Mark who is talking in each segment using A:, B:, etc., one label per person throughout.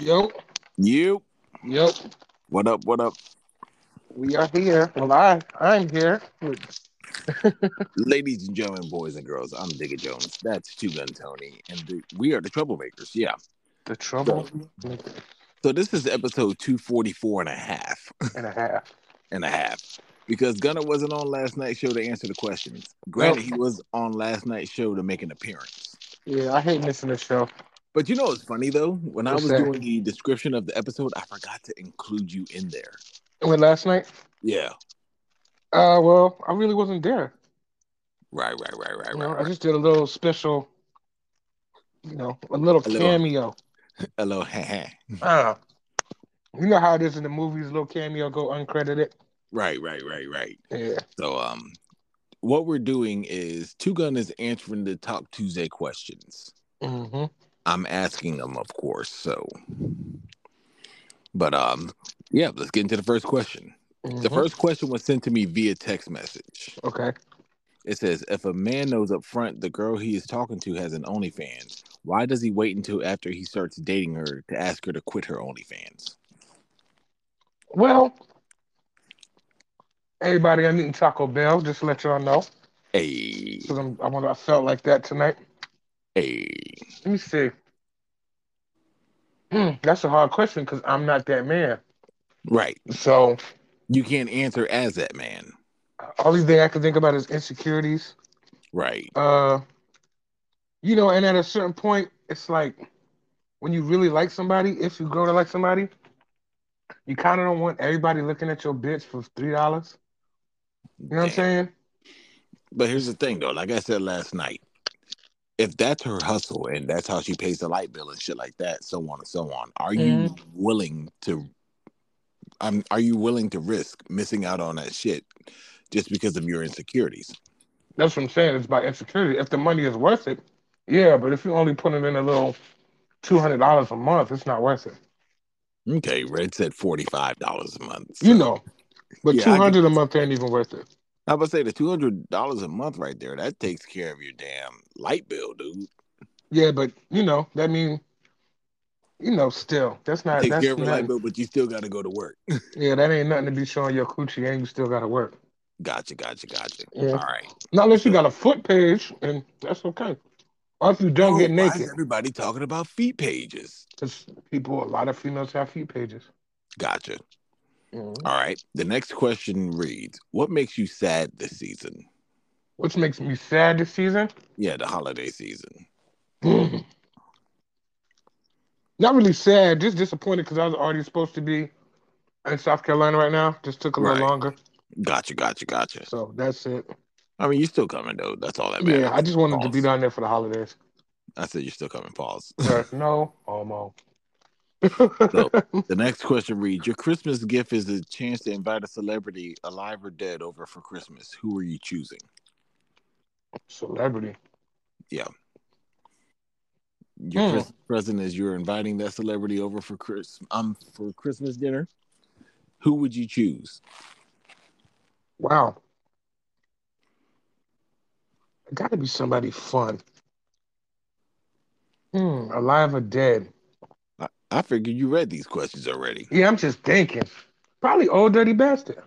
A: Yo,
B: You.
A: yo,
B: What up? What up?
A: we are here. Well, I, I'm here.
B: Ladies and gentlemen, boys and girls, I'm Digga Jones. That's Two Gun Tony. And the, we are the Troublemakers. Yeah.
A: The trouble
B: So this is episode 244 and a half.
A: and a half.
B: And a half. Because Gunner wasn't on last night's show to answer the questions. Granted, he was on last night's show to make an appearance.
A: Yeah, I hate missing the show.
B: But you know what's funny though? When I
A: What's
B: was
A: that?
B: doing the description of the episode, I forgot to include you in there.
A: Went last night.
B: Yeah.
A: Uh, well, I really wasn't there.
B: Right, right, right, right,
A: You
B: right.
A: know, I
B: right.
A: just did a little special, you know, a little
B: A little-
A: cameo.
B: Hello, right,
A: Uh, you know how it is in the movies, little cameo go uncredited.
B: right, right, right.
A: Yeah.
B: So um what we're doing is Two Gun is answering the top Tuesday questions.
A: Mm-hmm.
B: I'm asking them, of course. So but um yeah, let's get into the first question. The first question was sent to me via text message.
A: mm-hmm. Okay.
B: It says if a man knows up front the girl he is talking to has an OnlyFans, why does he wait until after he starts dating her to ask her to quit her OnlyFans?
A: Well, everybody, I'm eating Taco Bell. Just to let y'all know,
B: Hey,
A: because I'm, I'm I felt like that tonight.
B: hey,
A: Let me see. Hmm, that's a hard question because I'm not that man.
B: right.
A: So
B: You can't answer as that man,
A: only thing I can think about is insecurities.
B: right?
A: Uh, you know, and at a certain point, it's like when you really like somebody, if you grow to like somebody, you kind of don't want everybody looking at your bitch for three dollars. You know what I'm saying?
B: But here's the thing, though. Like I said last night, if that's her hustle and that's how she pays the light bill and shit like that, so on and so on, are you willing to? Um, are you willing to risk missing out on that shit just because of your insecurities?
A: That's what I'm saying. It's about insecurity. If the money is worth it, yeah. But if you only putting in a little two hundred dollars a month, it's not worth it.
B: Okay, Red said forty five dollars a month.
A: You know. But
B: Yeah, I
A: two
B: get-
A: hundred a month ain't even worth it.
B: I would say the two hundred dollars a month right there that takes care of your damn light bill, dude.
A: Yeah, but you know, that mean you know, still. That's not
B: takes
A: that's
B: care of your light
A: nothing.
B: bill, but you still got to go to work.
A: Yeah, that ain't nothing to be showing your coochie and you still gotta work.
B: gotcha, gotcha, gotcha.
A: Yeah.
B: All right.
A: Not unless you got a foot page and that's okay. Or if you don't
B: Oh,
A: get
B: why
A: naked.
B: is everybody talking about feet pages?
A: Because people a lot of females have feet pages.
B: Gotcha. All right. The next question reads What makes you sad this season?
A: Which makes me sad this season.
B: Yeah, the holiday season.
A: Not really sad, just disappointed because I was already supposed to be in South Carolina right now. Just took a little
B: Right.
A: longer.
B: Gotcha, gotcha, gotcha.
A: So that's it.
B: I mean, you're still coming, though. That's all that matters.
A: Yeah, I just wanted to be
B: Pause.
A: down there for the holidays.
B: I said you're still coming. Pause.
A: Right. no homo.
B: the next question reads Your Christmas gift is a chance to invite a celebrity, alive or dead, over for Christmas. Who are you choosing?
A: Celebrity.
B: Your
A: Hmm.
B: Christmas present is you're inviting that celebrity over for Chris um for Christmas dinner. Who would you choose?
A: Wow. It gotta be somebody fun. Hmm, alive or dead.
B: I, I figured you read these questions already.
A: Yeah, I'm just thinking. Probably old dirty bastard.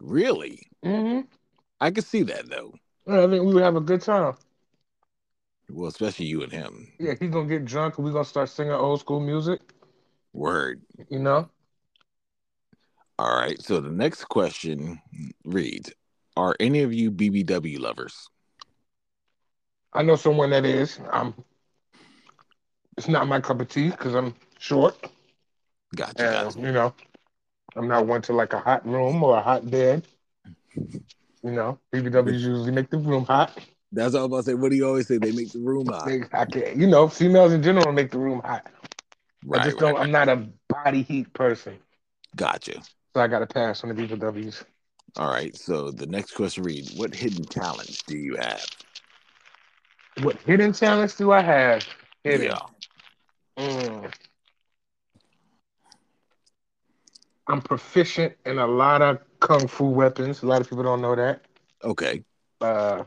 B: Really?
A: Mm-hmm.
B: I could see that though.
A: I think we would have a good time.
B: Well, especially you and him.
A: Yeah, he's gonna get drunk and we're gonna start singing old school music,
B: Word.
A: you know?
B: All right. So the next question reads Are any of you BBW lovers?
A: I know someone that is. I'm it's not my cup of tea because I'm short.
B: Gotcha.
A: And,
B: gotcha.
A: you know, I'm not one to like a hot room or a hot bed. You know, BBWs usually make the room hot.
B: That's all I was about to say. What do you always say? They make the room hot.
A: They, I can, you know, females in general make the room hot.
B: Right.
A: I just
B: right.
A: don't. I'm not a body heat person,
B: Gotcha.
A: so I got to pass on the BBWs.
B: All right. So the next question reads What hidden talents do you have?
A: What hidden talents do I have? Hidden. Mm. I'm proficient in a lot of kung fu weapons. A lot of people don't know that.
B: Okay.
A: Uh,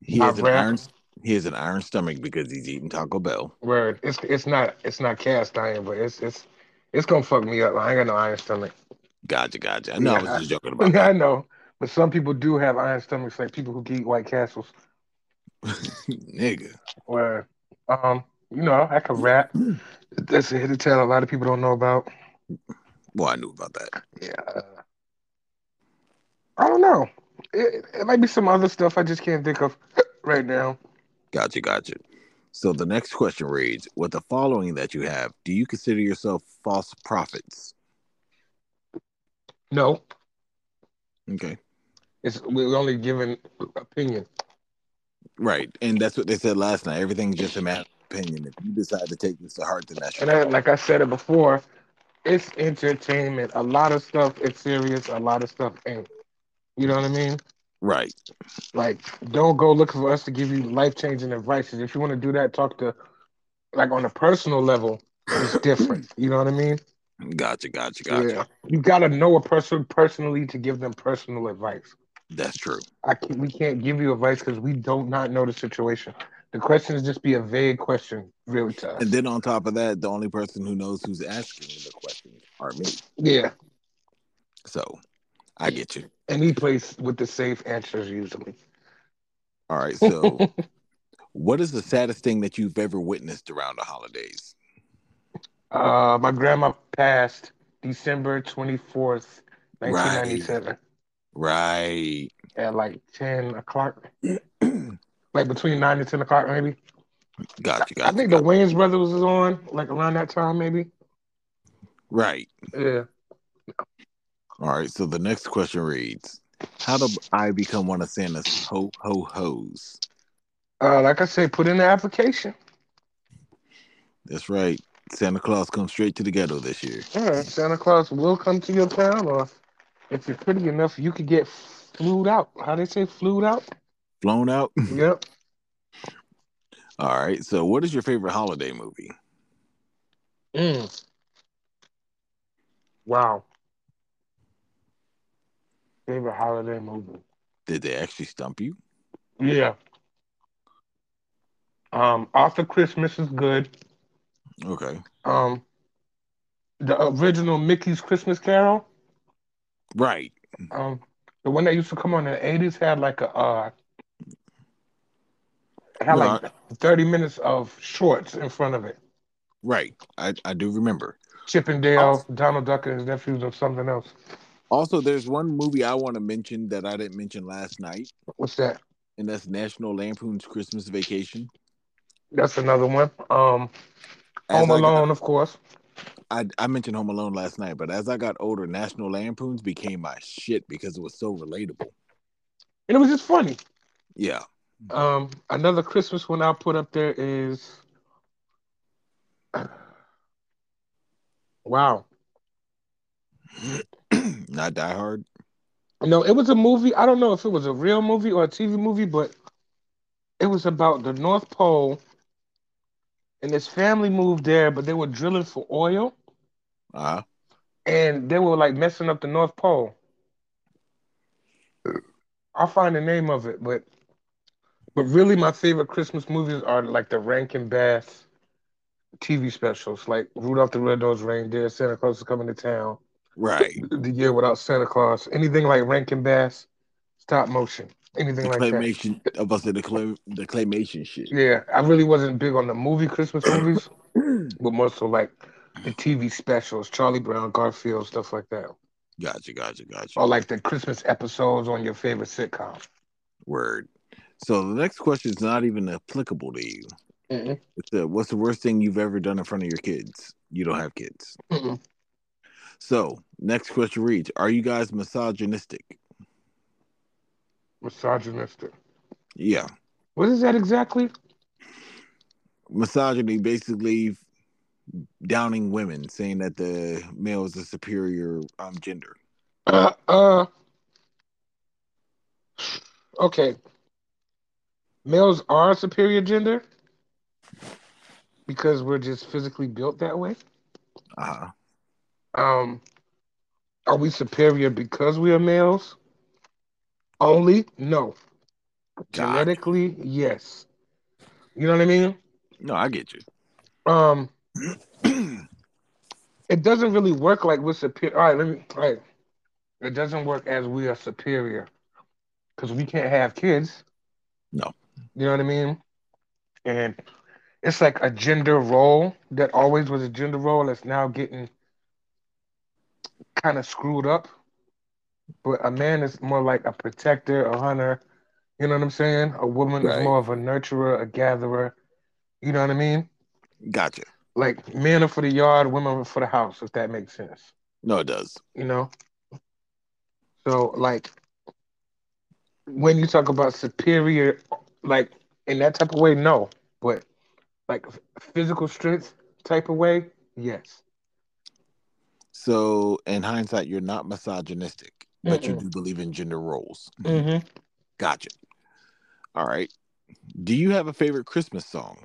B: He
A: I
B: has an
A: rap.
B: iron He has an iron stomach because he's eating Taco Bell.
A: Word. It's it's not it's not cast iron, but it's it's it's gonna fuck me up. I ain't got no iron stomach.
B: Gotcha, gotcha. I know I
A: Yeah.
B: was just joking about
A: I know. But some people do have iron stomachs, like people who can eat White Castles.
B: Nigga.
A: Where, um, you know, I can rap. That's a hidden talent a lot of people don't know about.
B: Well, I knew about that.
A: Yeah. I don't know. It, it might be some other stuff I just can't think of right now.
B: Gotcha, gotcha. So the next question reads With the following that you have, do you consider yourself false prophets?
A: No,
B: Okay.
A: it's we're only giving opinion.
B: Right. And that's what they said last night. Everything's just a matter of opinion. If you decide to take this to heart, then that's
A: And I,
B: your
A: like I said it before, it's entertainment. A lot of stuff is serious. A lot of stuff ain't. You know what I mean?
B: right.
A: Like, don't go looking for us to give you life changing advice. And if you want to do that, talk to, like, on a personal level, it's different. You know what I mean?
B: Gotcha, gotcha, gotcha.
A: Yeah. You got to know a person personally to give them personal advice.
B: That's true.
A: I can, we can't give you advice because we don't not know the situation. The questions just be a vague question, really, to us.
B: And then on top of that, the only person who knows who's asking the questions are me.
A: Yeah.
B: So I get you.
A: And he plays with the safe answers usually.
B: All right. So what is the saddest thing that you've ever witnessed around the holidays?
A: Uh, my grandma passed December 24th,
B: Right.
A: 1997,
B: Right.
A: at like 10 o'clock, like between 9 and 10 o'clock, maybe.
B: Gotcha, gotcha.
A: I think the
B: gotcha.
A: Wayans Brothers was on, like around that time, maybe.
B: Right.
A: Yeah.
B: All right. So the next question reads How do I become one of Santa's ho ho ho's?
A: Uh, like I said, put in the application.
B: That's right. Santa Claus comes straight to the ghetto this year.
A: Yeah, Santa Claus will come to your town, or if you're pretty enough, you could get flued out. How they say flued out?
B: Flown out.
A: yep.
B: All right. So what is your favorite holiday movie?
A: Mm. Wow. Favorite holiday movie?
B: Did they actually stump you?
A: Yeah. Um, After Christmas is good.
B: Okay.
A: Um, the original Mickey's Christmas Carol.
B: Right.
A: Um, the one that used to come on in the eighties had like a uh, had
B: No,
A: like thirty minutes of shorts in front of it.
B: Right. I, I do remember.
A: Chip and Dale,
B: Oh.
A: Donald Duck and his nephews, or something else.
B: Also, there's one movie I want to mention that I didn't mention last night,
A: What's that?
B: and that's National Lampoon's Christmas Vacation.
A: That's another one. Um,
B: As
A: Home
B: I got-
A: Alone, of course.
B: I, I mentioned Home Alone last night, but as I got older, National Lampoons became my shit because it was so relatable.
A: And it was just funny.
B: Yeah. Mm.
A: Um, another Christmas one I'll put up there is. Wow.
B: Not Die Hard.
A: No, it was a movie. I don't know if it was a real movie or a TV movie, but it was about the North Pole. And his family moved there, but they were drilling for oil
B: Uh,
A: and they were like messing up the North Pole. I'll find the name of it, but but really my favorite Christmas movies are like the Rankin Bass TV specials, like Rudolph the Red-Nosed Reindeer, Santa Claus is Coming to Town,
B: right.
A: The Year Without Santa Claus, anything like Rankin Bass, stop motion, anything
B: The
A: like that.
B: claymation, I was the, clay, the claymation shit.
A: Yeah, I really wasn't big on the movie Christmas movies, but more so like the TV specials, Charlie Brown, Garfield, stuff like that,
B: Gotcha, gotcha, gotcha.
A: or like the Christmas episodes on your favorite sitcom.
B: Word. So the next question is not even applicable to you.
A: Mm-mm.
B: It's the, what's the worst thing you've ever done in front of your kids? You don't have kids.
A: Mm-mm.
B: So next question reads: Are you guys misogynistic?
A: Misogynistic.
B: Yeah,
A: What is that exactly?
B: misogyny basically downing women, saying that the male is a superior um, gender.
A: Uh, uh, okay. Males are a superior gender because we're just physically built that way.
B: Uh huh.
A: Um, are we superior because we are males? Only? No.
B: God,
A: Genetically, yes. You know what I mean?
B: No, I get you.
A: Um, it doesn't really work like we're superior. All right, let me. All right, it doesn't work as we are superior because we can't have kids.
B: No.
A: You know what I mean? And it's like a gender role that always was a gender role that's now getting kind of screwed up. But a man is more like a protector, a hunter. You know what I'm saying? A woman
B: Right.
A: is more of a nurturer, a gatherer. You know what I mean?
B: Gotcha.
A: Like men are for the yard, women are for the house, if that makes sense.
B: No, it does.
A: you know. So like when you talk about superior, like in that type of way, no, but like f- physical strength type of way, yes.
B: So, in hindsight, you're not misogynistic, but you
A: Mm-mm.
B: do believe in gender roles.
A: Mm-hmm.
B: Gotcha. All right. Do you have a favorite Christmas song?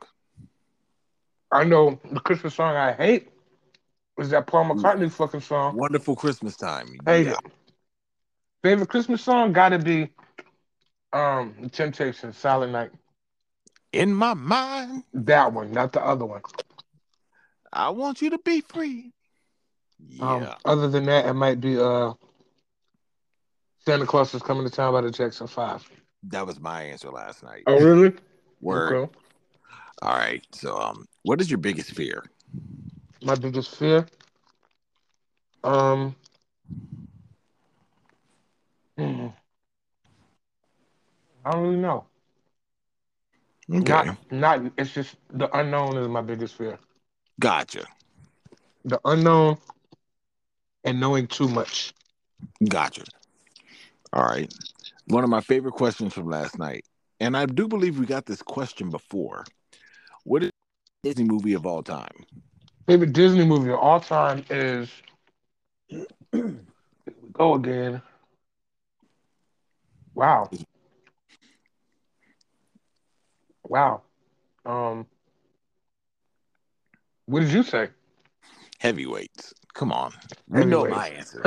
A: I know the Christmas song I hate is that Paul McCartney fucking song.
B: Wonderful Christmas time.
A: Hate
B: Yeah.
A: it. Favorite Christmas song gotta be um The Temptations, Silent Night.
B: In my mind,
A: That one, not the other one.
B: I want you to be free.
A: Um,
B: Yeah.
A: Other than that, it might be uh Santa Claus is coming to town by the Jackson Five.
B: that was my answer last night.
A: Oh really?
B: Word.
A: Okay.
B: All right. So, um, what is your biggest fear?
A: my biggest fear. Um, hmm, I don't really know.
B: Okay.
A: Not, not. It's just the unknown is my biggest fear.
B: Gotcha.
A: The unknown and knowing too much.
B: Gotcha. All right. One of my favorite questions from last night, and I do believe we got this question before. What is Disney movie of all time?
A: Favorite Disney movie of all time is. Here we go again. Wow. Wow. Um. What did you say?
B: Heavyweights. Come on. We know my answer.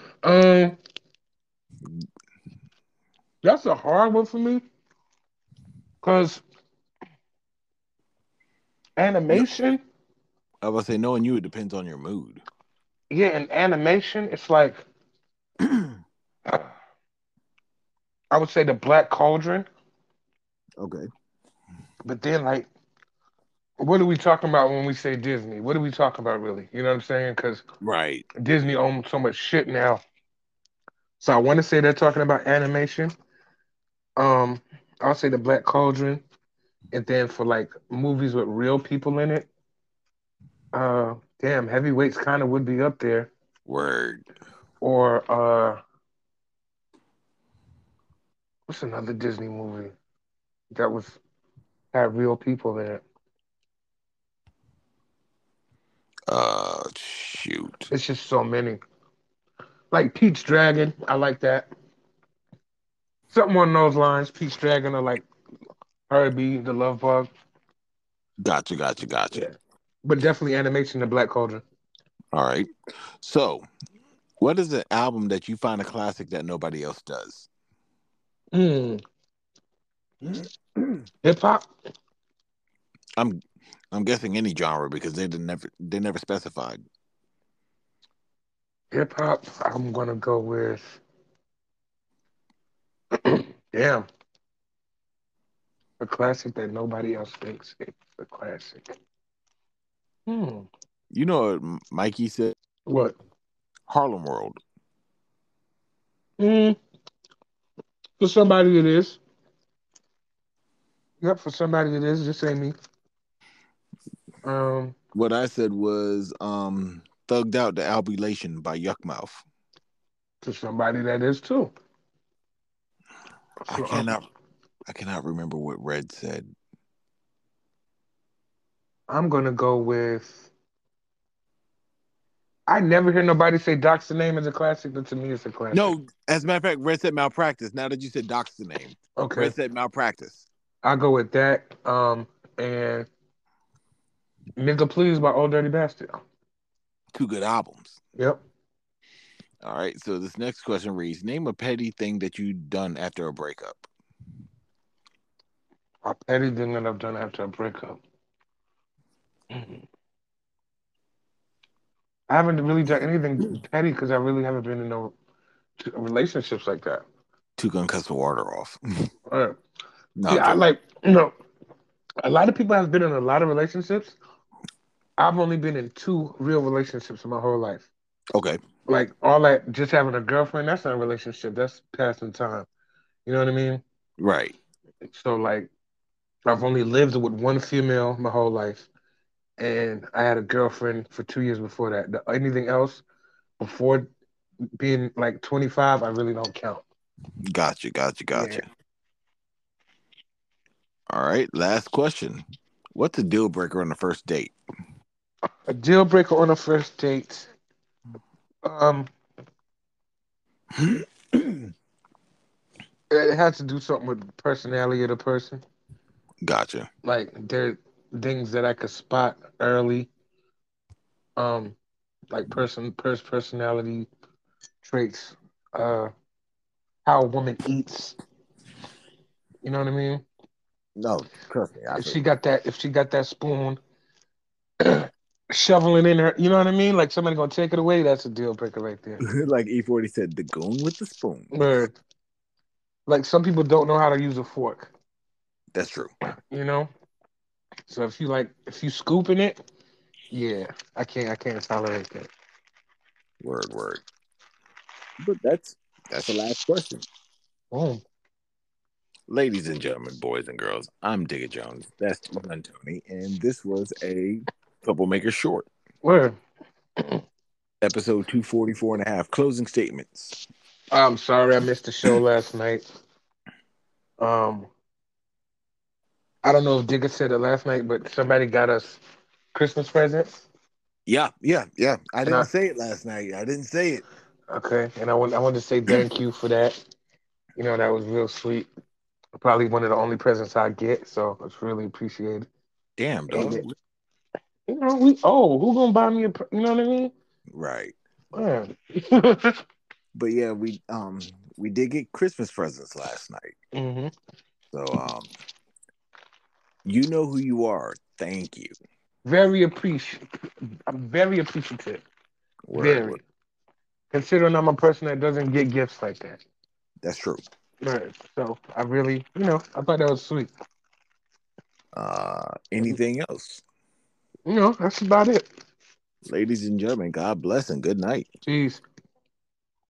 A: um. That's a hard one for me. Cause animation.
B: I was say knowing you, it depends on your mood.
A: yeah, in animation, it's like I would say the Black Cauldron,
B: Okay.
A: but then like, what are we talking about when we say Disney? What are we talking about really? You know what I'm saying? Because
B: Right.
A: Disney owns so much shit now. So I want to say they're talking about animation. Um, I'll say the Black Cauldron, and then for like movies with real people in it. Uh, damn, heavyweights kind of would be up there,
B: Word.
A: or uh, what's another Disney movie that was had real people in it?
B: Uh shoot.
A: It's just so many. Like Peach Dragon, I like that. Something on those lines. Peach Dragon or like Herbie, the Love Bug,
B: Gotcha, gotcha, gotcha.
A: Yeah. but definitely animation, the Black Cauldron.
B: All right. So what is an album that you find a classic that nobody else does?
A: Mm. Hip hop.
B: I'm I'm guessing any genre because they didn't never they never specified.
A: Hip hop. I'm gonna go with. Damn. A classic that nobody else thinks it's a classic. Hmm.
B: You know what Mikey said?
A: What?
B: Harlem World.
A: Mm. For somebody it is. Yep, for somebody it is. Just say me. Um.
B: What I said was um Thugged Out the Albulation by Yuckmouth.
A: to somebody that is too.
B: I
A: So,
B: cannot I cannot remember what Red said.
A: I'm gonna go with. I never hear nobody say Doc's the name is a classic, but to me it's a classic.
B: No, as a matter of fact, Red said malpractice. Now that you said Doc's the name,
A: Okay.
B: Red said malpractice.
A: I'll go with that. Um and Nigga Please by Old Dirty Bastard.
B: Two good albums.
A: Yep.
B: All right. So this next question reads: Name a petty thing that you done after a breakup.
A: Or anything that I've done after a breakup. Mhm. I haven't really done anything petty because I really haven't been in no t- relationships like that.
B: Two gun cuts the water off.
A: Right.
B: No,
A: yeah, I,
B: I'm
A: like you know, a lot of people have been in a lot of relationships. I've only been in two real relationships in my whole life.
B: joking. okay.
A: Like all that, just having a girlfriend, that's not a relationship. That's passing time. You know what I mean?
B: Right.
A: So like, I've only lived with one female my whole life, and I had a girlfriend for two years before that. The, anything else before being like 25, I really don't count.
B: Gotcha. Gotcha.
A: Yeah.
B: Gotcha. All right. Last question. What's a deal breaker on the first date?
A: A deal breaker on a first date. Um, it has to do something with the personality of the person.
B: gotcha.
A: Like there are things that I could spot early. Um, like person pers- personality traits, uh how a woman eats. You know what I mean?
B: No, trust me. I
A: If she got that if she got that spoon shoveling in her you know what I mean? Like somebody gonna take it away, that's a deal breaker right there.
B: like E40 said, the goon with the spoon.
A: Word. Like some people don't know how to use a fork,
B: That's true.
A: you know? So if you like if you scooping it, yeah, I can't I can't tolerate that.
B: Word, word. But that's that's the last question.
A: Boom.
B: Ladies and gentlemen, boys and girls, I'm Digga Jones. That's Ron Tony, and this was a couple maker short.
A: Word.
B: Episode 244 and a half. Closing statements.
A: I'm sorry I missed the show last night. Um, I don't know if Digger said it last night, but somebody got us Christmas presents.
B: Yeah, yeah, yeah.
A: Nah.
B: I didn't say it last night. I didn't say it.
A: Okay, and I want I wanted to say thank you for that. You know that was real sweet. Probably one of the only presents I get, so it's really appreciated.
B: Damn, dog.
A: Ain't You know we oh who gonna buy me a pre- you know what I mean?
B: Right.
A: Man.
B: But yeah, we um we did get Christmas presents last night.
A: hmm
B: So um you know who you are. Thank you.
A: Very appreciative. I'm very appreciative.
B: Word,
A: very.
B: word.
A: Considering I'm a person that doesn't get gifts like that.
B: That's true.
A: Right. So I really, you know, I thought that was sweet.
B: Uh anything else?
A: You know, that's about it.
B: Ladies and gentlemen, God bless and good night.
A: Jeez.